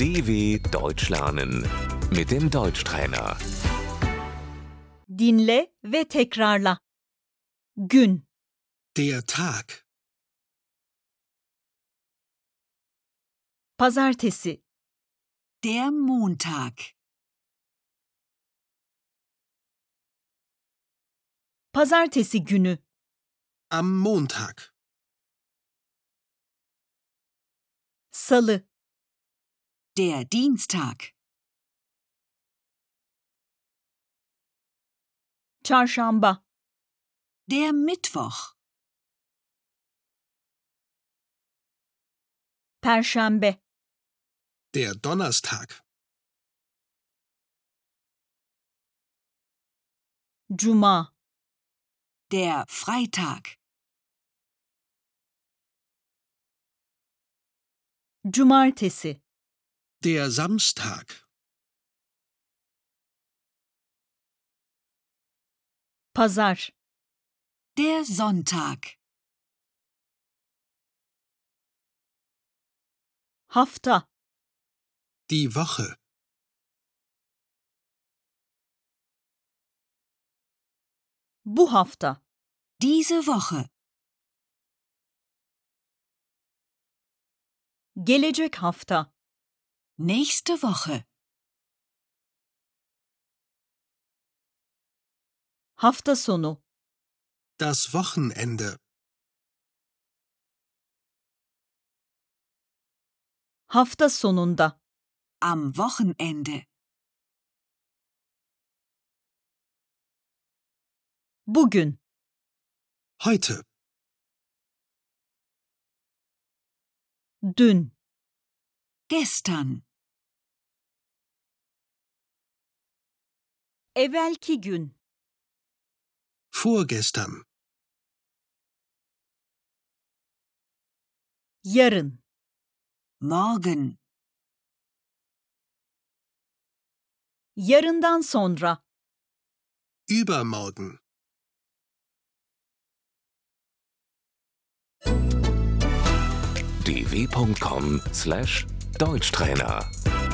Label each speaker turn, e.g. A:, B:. A: DW Deutsch lernen mit dem Deutschtrainer.
B: Dinle ve tekrarla. Gün,
C: Der Tag.
B: pazartesi,
D: Der Montag.
B: pazartesi günü,
C: Am Montag.
B: salı,
D: Der Dienstag.
B: çarşamba,
D: Der Mittwoch.
B: perşembe,
C: Der Donnerstag.
B: cuma,
D: Der Freitag.
B: cumartesi,
C: Der Samstag.
B: pazar,
D: Der Sonntag.
B: hafta,
C: Die Woche.
B: bu hafta,
D: Diese Woche.
B: gelecek hafta,
D: Nächste Woche.
B: hafta sonu,
C: Das Wochenende.
B: hafta sonunda,
D: Am Wochenende.
B: bugün,
C: Heute.
B: dün,
D: Gestern.
B: evvelki gün,
C: Vorgestern.
B: yarın,
D: Morgen.
B: yarından sonra,
C: Übermorgen.
A: dw.com/deutschtrainer